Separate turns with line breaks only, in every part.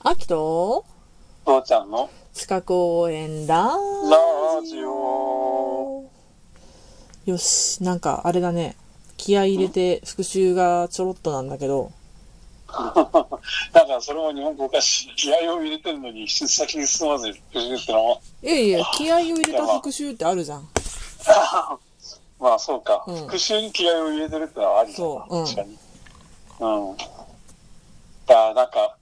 アキと
父ちゃんの
近く応援ラ
ラジオ。
よし、なんかあれだね。気合い入れて復習がちょろっとなんだけど、
だからそれも日本語おかしい。気合を入れてるのに、先に進まずに復習ってのも。
いやいや、気合を入れた復習ってあるじゃん。
まあそうか。
うん
復習に気合を入れてるってのはありだな。
そううん
確かに。うん。だからなんか、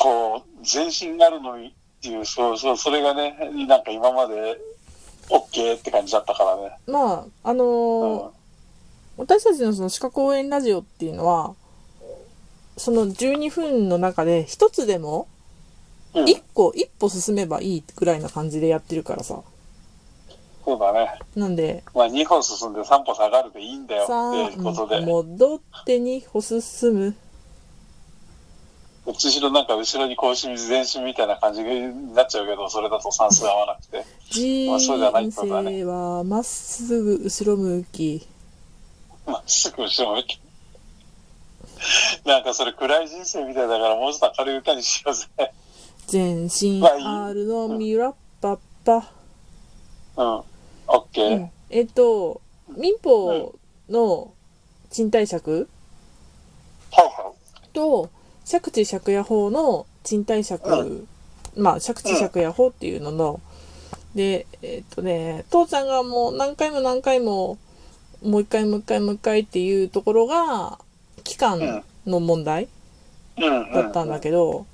こう、全身があるのにっていう、そうそう、それがね、なんか今まで、OK って感じだったからね。
まあ、あの
うん
ー。私たちのその鹿公園ラジオっていうのは、その12分の中で一つでも
うん、
一個、一歩進めばいいくらいな感じでやってるからさ。
そうだね。
なんで、
まあ2歩進んで3歩下がるでいいんだよ
さあ
っていうことで。
戻ってに歩進む。
どっちしろなんか後ろにこうし水前進みたいな感じになっちゃうけど、それだと算数合わなくて。
人
まあそうじゃないことだね
生はまっすぐ後ろ向き。
まっすぐ後ろ向き。 なんかそれ暗い人生みたいだからもうちょっと明るい歌にしようぜ。
全身
まあいい
R のミラッパッパ。
うん。オッケ
う
ー。
んえっと、民法の賃貸借
は
と、借地借家法の賃貸借、まあ、借地借家法っていうのの、で、えっとね、父ちゃんがもう何回も何回も、もう一回もう一回もう一回っていうところが、期間の問題、
いはい。うん。
だったんだけど、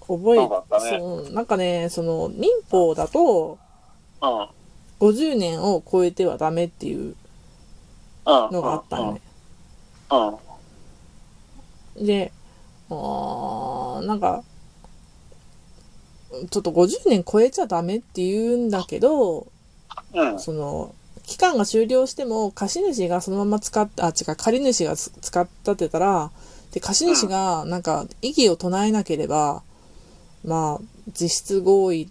覚
そうだった
え
ね
そうなんかねその民法だと
ど。うん。うん。
50年を超えてはダメっていうのがあったのね。
うん。うん。
であーなんかちょっと50年超えちゃダメって言うんだけど
うん。
その期間が終了しても貸主がそのまま使ったあ違う借主がつ使ったってたらで貸主がなんか異議を唱えなければ、まあ実質合意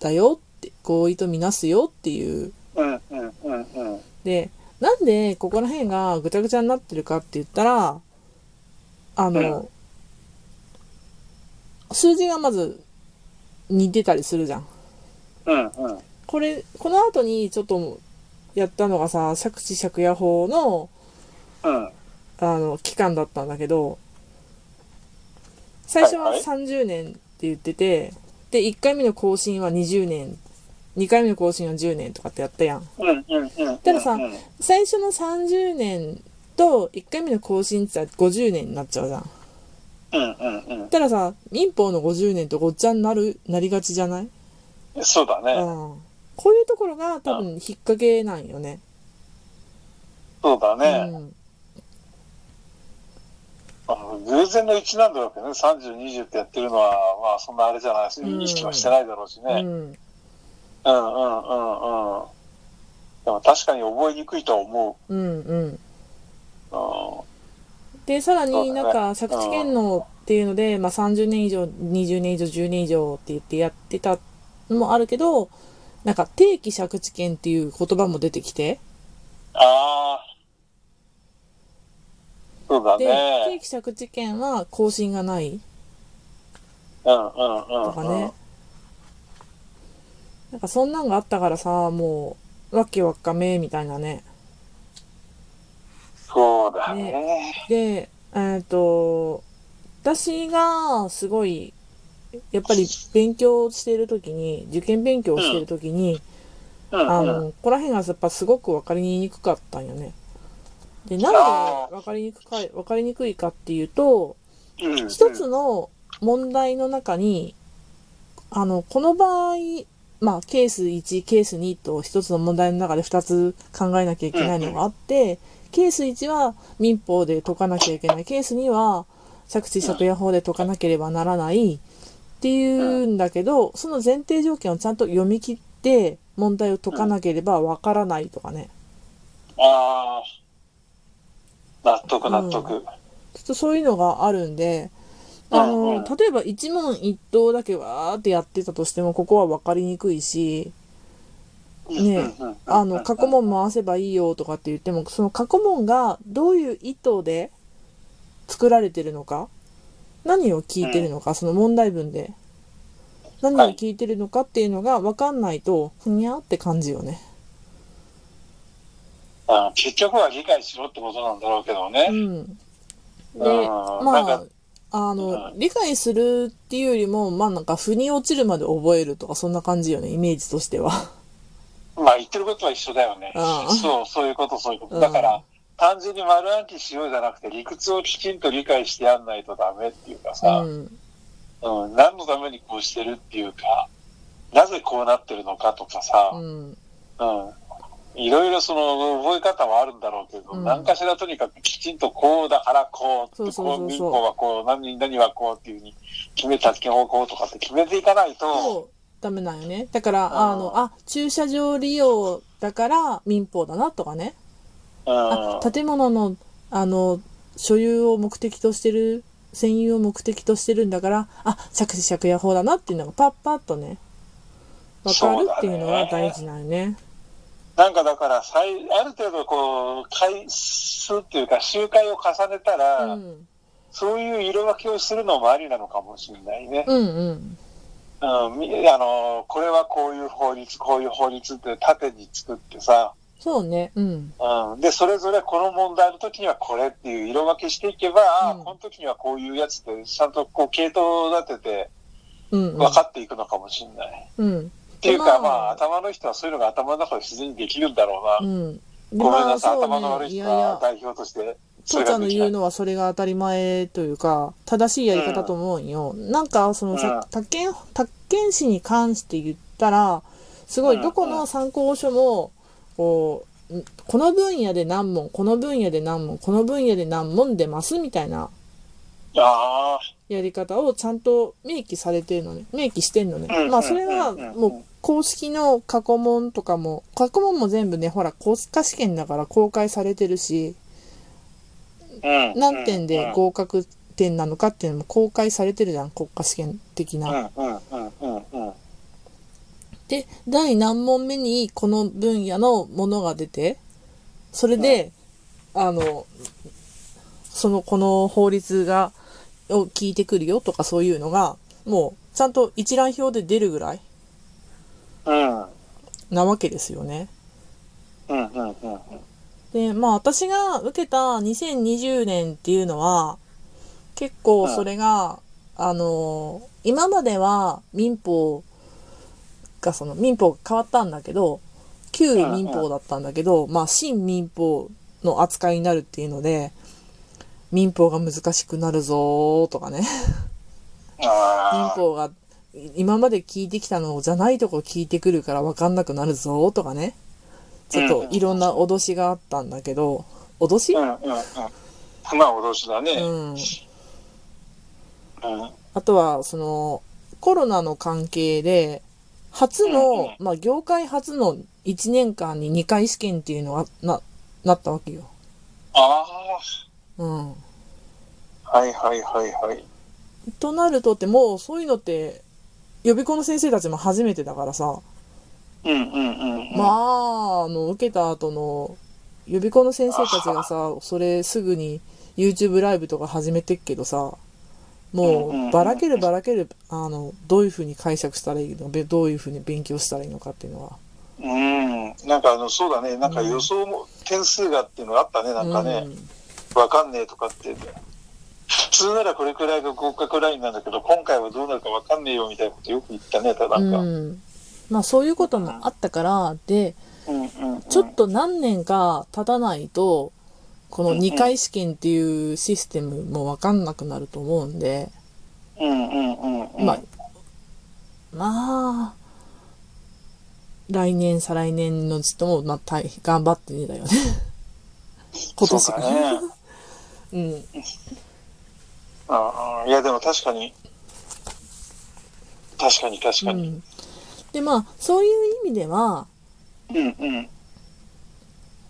だよって合意とみなすよっていう
うん。うん。うん。うん。
でなんでここら辺がぐちゃぐちゃになってるかって言ったらあの、数字がまず似てたりするじゃん。
うん。うん。
これこの後にちょっとやったのがさ借地借家法の
うん。
あの期間だったんだけど最初は
はいはい
30年って言ってて、で1回目の更新は20年2回目の更新は10年とかってやったやん
うん。うん。うん。
たださ
うん。
最初の30年と1回目の更新って言ったら50年になっちゃうじゃん
うん。うん。
たらさ民法の50年とごっちゃになるなりがちじゃない、うん、
うん。そうだね。
こういうところが多分引っ掛けなんよね
そうだね。
うん
あの偶然の一なんだろうけどね。30、20ってやってるのは、まあそんなあれじゃないし、
うん
意識はしてないだろうしね。
うん
うんうんうんうん。でも確かに覚えにくいとは思
うんうん
う。う
でさら
そう
に
だね
なんか借地権能っていうので、まあ、30年以上20年以上10年以上って言ってやってたのもあるけどなんか定期借地権っていう言葉も出てきて
ん、ああ。そうだ
で定
ね。
期借地権は更新がない
うんうんうん。
とかね。なんかそんなんがあったからさもうわけわかめみたいなね
そうだね。
でえっ、と私がすごいやっぱり勉強してる時に受験勉強をしてる時に、
うん
あ
うん。
の、ここら辺がやっぱすごく分かりにくかったんよね。で、なん
あ
で分かりにくかい、分かりにくいかっていうと、
うん
一つの問題の中に、あの、この場合、まあ、ケース1、ケース2と一つの問題の中で二つ考えなきゃいけないのがあって、ケース1は民法で解かなきゃいけない、ケース2は借地借家法で解かなければならないっていうんだけど、その前提条件をちゃんと読み切って問題を解かなければわからないとかね。
ああ。納得納得。
ちょっとそういうのがあるんで、
うん
あ
うん
の、例えば一問一答だけわーってやってたとしても、ここは分かりにくいし、ねえ
うんうんうん
あの、過去問回せばいいよとかって言っても、その過去問がどういう意図で作られてるのかっ何を聞いてるのか、その問題文で何を聞いてるのかっていうのが分かんないとふにゃって感じよね
あ結局は理解しろってことなんだろうけど
う
ね。
んで
うん
ま
なん
ああの
う
理解するっていうよりもまあなんか腑に落ちるまで覚えるとかそんな感じよねイメージとしては
まあ言ってることは一緒だよね
うん。
そう、そういうこと、そういうこ
う
と。
ん
だから、単純に丸暗記しようじゃなくて、理屈をきちんと理解してやんないとダメっていうか
う
さ、
ん
うん、何のためにこうしてるっていうか、なぜこうなってるのかとかさ、
うん
うん。いろいろその覚え方はあるんだろうけど、
うん
何かしらとにかくきちんとこうだからこうって、
そうそうそうそう
こう民法はこう、何々はこうっていうふうに決めた方向とかって決めていかないと、
そうダメなんよねだから
あー
あのあ駐車場利用だから民法だなとかね
うん。
あ建物のあの所有を目的としてる占有を目的としてるんだからあ借地借家法だなっていうのがパッパッとねわかるっていうのが大事なんよね
なんかだから、最ある程度こう、回数っていうか、周回を重ねた
う
ら、
ん
そういう色分けをするのもありなのかもしれないね。
うんうん
うん、みあの、これはこういう法律、こういう法律って縦に作ってさ、
そうねうん
うん、で、それぞれこの問題の時にはこれっていう色分けしていけば、ああ
うん
この時にはこういうやつって、ちゃんとこう、系統を立てて
うん
分かっていくのかもしれない。
うん
っていうか、ま
ま
あ、
あ
頭の人はそういうのが頭の中で自然にできるんだろうな。
うんで
ごめん
ま
な
あ
さい、
そう
頭の悪
ね
い
いや
人
い
は
や
代表として、
父ちゃんの言う
の。
のはそれが当たり前というか、正しいやり方と思うんよ。なんか、そのさ
う、
宅建、宅建士に関して言ったら、すご
う
い、
ん
どこの参考書も、こう、んこの分野で何問、この分野で何問、この分野で何問出ますみたいな
あ
やり方をちゃんと明記されてるのね。明記してんのね
うん。
まあ、それ
う
は、
んうん
もう、公式の過去問とかも、過去問も全部ね、ほら、国家試験だから公開されてるし、
あ、うん。
何点で合格点なのかっていうのも公開されてるじゃん国家試験的
う
な。
んうんうんうんうん。
で第何問目にこの分野のものが出てそれで、あのそのこの法律がを聞いてくるよとかそういうのがもうちゃんと一覧表で出るぐらい
うん
なわけですよね。
うんうんうん。
でまあ私が受けた2020年っていうのは結構それが、あの今までは民法がその民法が変わったんだけど旧民法だったんだけど、まあ新民法の扱いになるっていうので民法が難しくなるぞーとかね民
ああ。
法が今まで聞いてきたのじゃないとこ聞いてくるから分かんなくなるぞーとかねちょっといろんな脅しがあったんだけど脅し、
うんうんうん。まあ、脅しだね。
うん、
うん。
あとはそのコロナの関係で初
うんうん
の、まあ、業界初の1年間に2回試験っていうのがななったわけよ。
あ
うん、
あ。はいはいはいはい。
となるとってもうそういうのって予備校の先生たちも初めてだからさ、
うんうんうんうん。
まああの受けた後の予備校の先生たちがさそれすぐに YouTube ライブとか始めてっけどさも
うんうんうん
うばらけるばらけるあのどういうふうに解釈したらいいのべどういうふうに勉強したらいいのかっていうのは。
うん。なんかあの、そうだね。なんか
うん
予想も、点数がっていうのがあったね。なんかね。わかんねえとかって。普通ならこれくらいが合格ラインなんだけど、今回はどうなるかわかんねえよみたいなことよく言ったね、ただ
う
なん
ん、
か。
うん、まあそういうこともあったからで
うんうんうん
ちょっと何年か経たないとこ
う
の
んうん
2回試験っていうシステムも分かんなくなると思うんで
うんうんうんうん。
まあまあ来年再来年のうちともまあ大頑張ってねだよ ね今年
そう
が
だね。
うん
ああ、いやでも確かに。確かに確か
う
に。
んでまあそういう意味では
うんうん。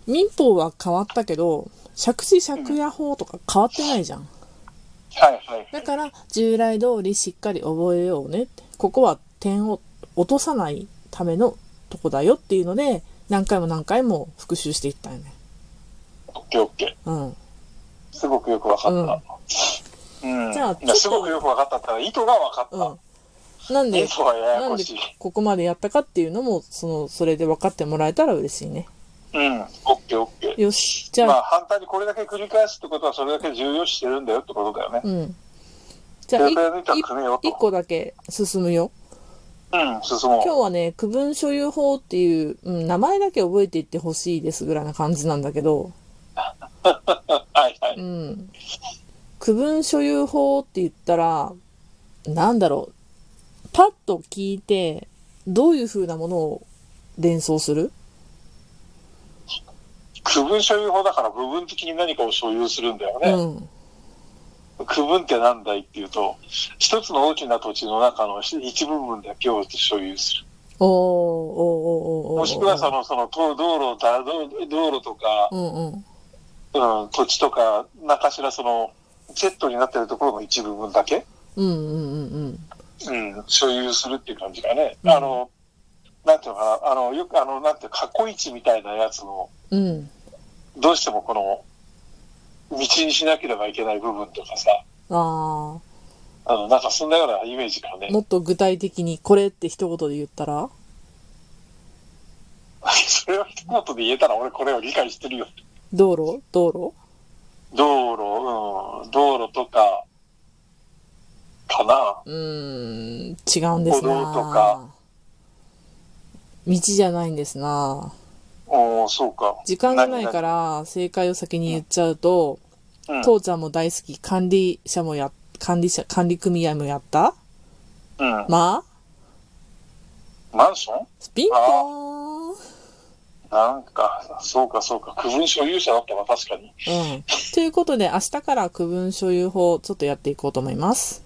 民法は変わったけど借地借家法とか変わってないじゃん
はいはい。
だから従来通りしっかり覚えようねってここは点を落とさないためのとこだよっていうので何回も何回も復習していったよね
オッケーオッケ
うん
ー。すごくよくわかった。うん。
じゃあ
いやすごくよく分かったったら、意図が分かった。
うん。なんで
意、図はやや
なん
こ
で
しい。
ここまでやったかっていうのも、その、それで分かってもらえたら嬉しいね。
うん。オッケーオッケー。
よし、じゃあ、
まあ、反対にこれだけ繰り返すってことは、それだけ重要視してるんだよってことだよね。
うん。じゃあ、い
それから見たら組めよと
い一個だけ進むよ。
うん、進も
今日はね、区分所有法っていう、うん、名前だけ覚えていってほしいですぐらいな感じなんだけど、
う。はいは
う
い。
ん。区分所有法って言ったら、なんだろう。パッと聞いて、どういう風なものを連想する
区分所有法だから部分的に何かを所有するんだよ
う
ね。
ん。
区分ってなんだいっていうと、一つの大きな土地の中の一部分だけを所有する。
おー、おー、おー、おー。
もしくはその、その、道道路だ、道道路とか、
うんうん。
うん、土地とか、何かしらその、セットになってるところの一部分だけ、
うんうんうんうん。
うん、所有するっていう感じがね。
うん
あの、なんていうのかな、あの、よく、あの、なんていうか、過去一みたいなやつの、
うん。
どうしてもこの、道にしなければいけない部分とかさ、
あ
あの、なんかそんなようなイメージからね
ー、。もっと具体的にこれって一言で言ったら
それを一言で言えたら俺これを理解してるよ。
道路道
道路、うん、道路とか、かな。
路うーん、違うんですな
歩道とか
道じゃないんですな
おーそうか。
時間がないから正解を先に言っちゃうと、
何々。
父ちゃんも大好き、管理者もや、管理者、管理組合もやった
うん。うん。
まあ、
マンション
スピンポーン
なんか、そうかそうか。区分所有者だったわ、確かに。
うん。ということで、明日から区分所有法、ちょっとやっていこうと思います。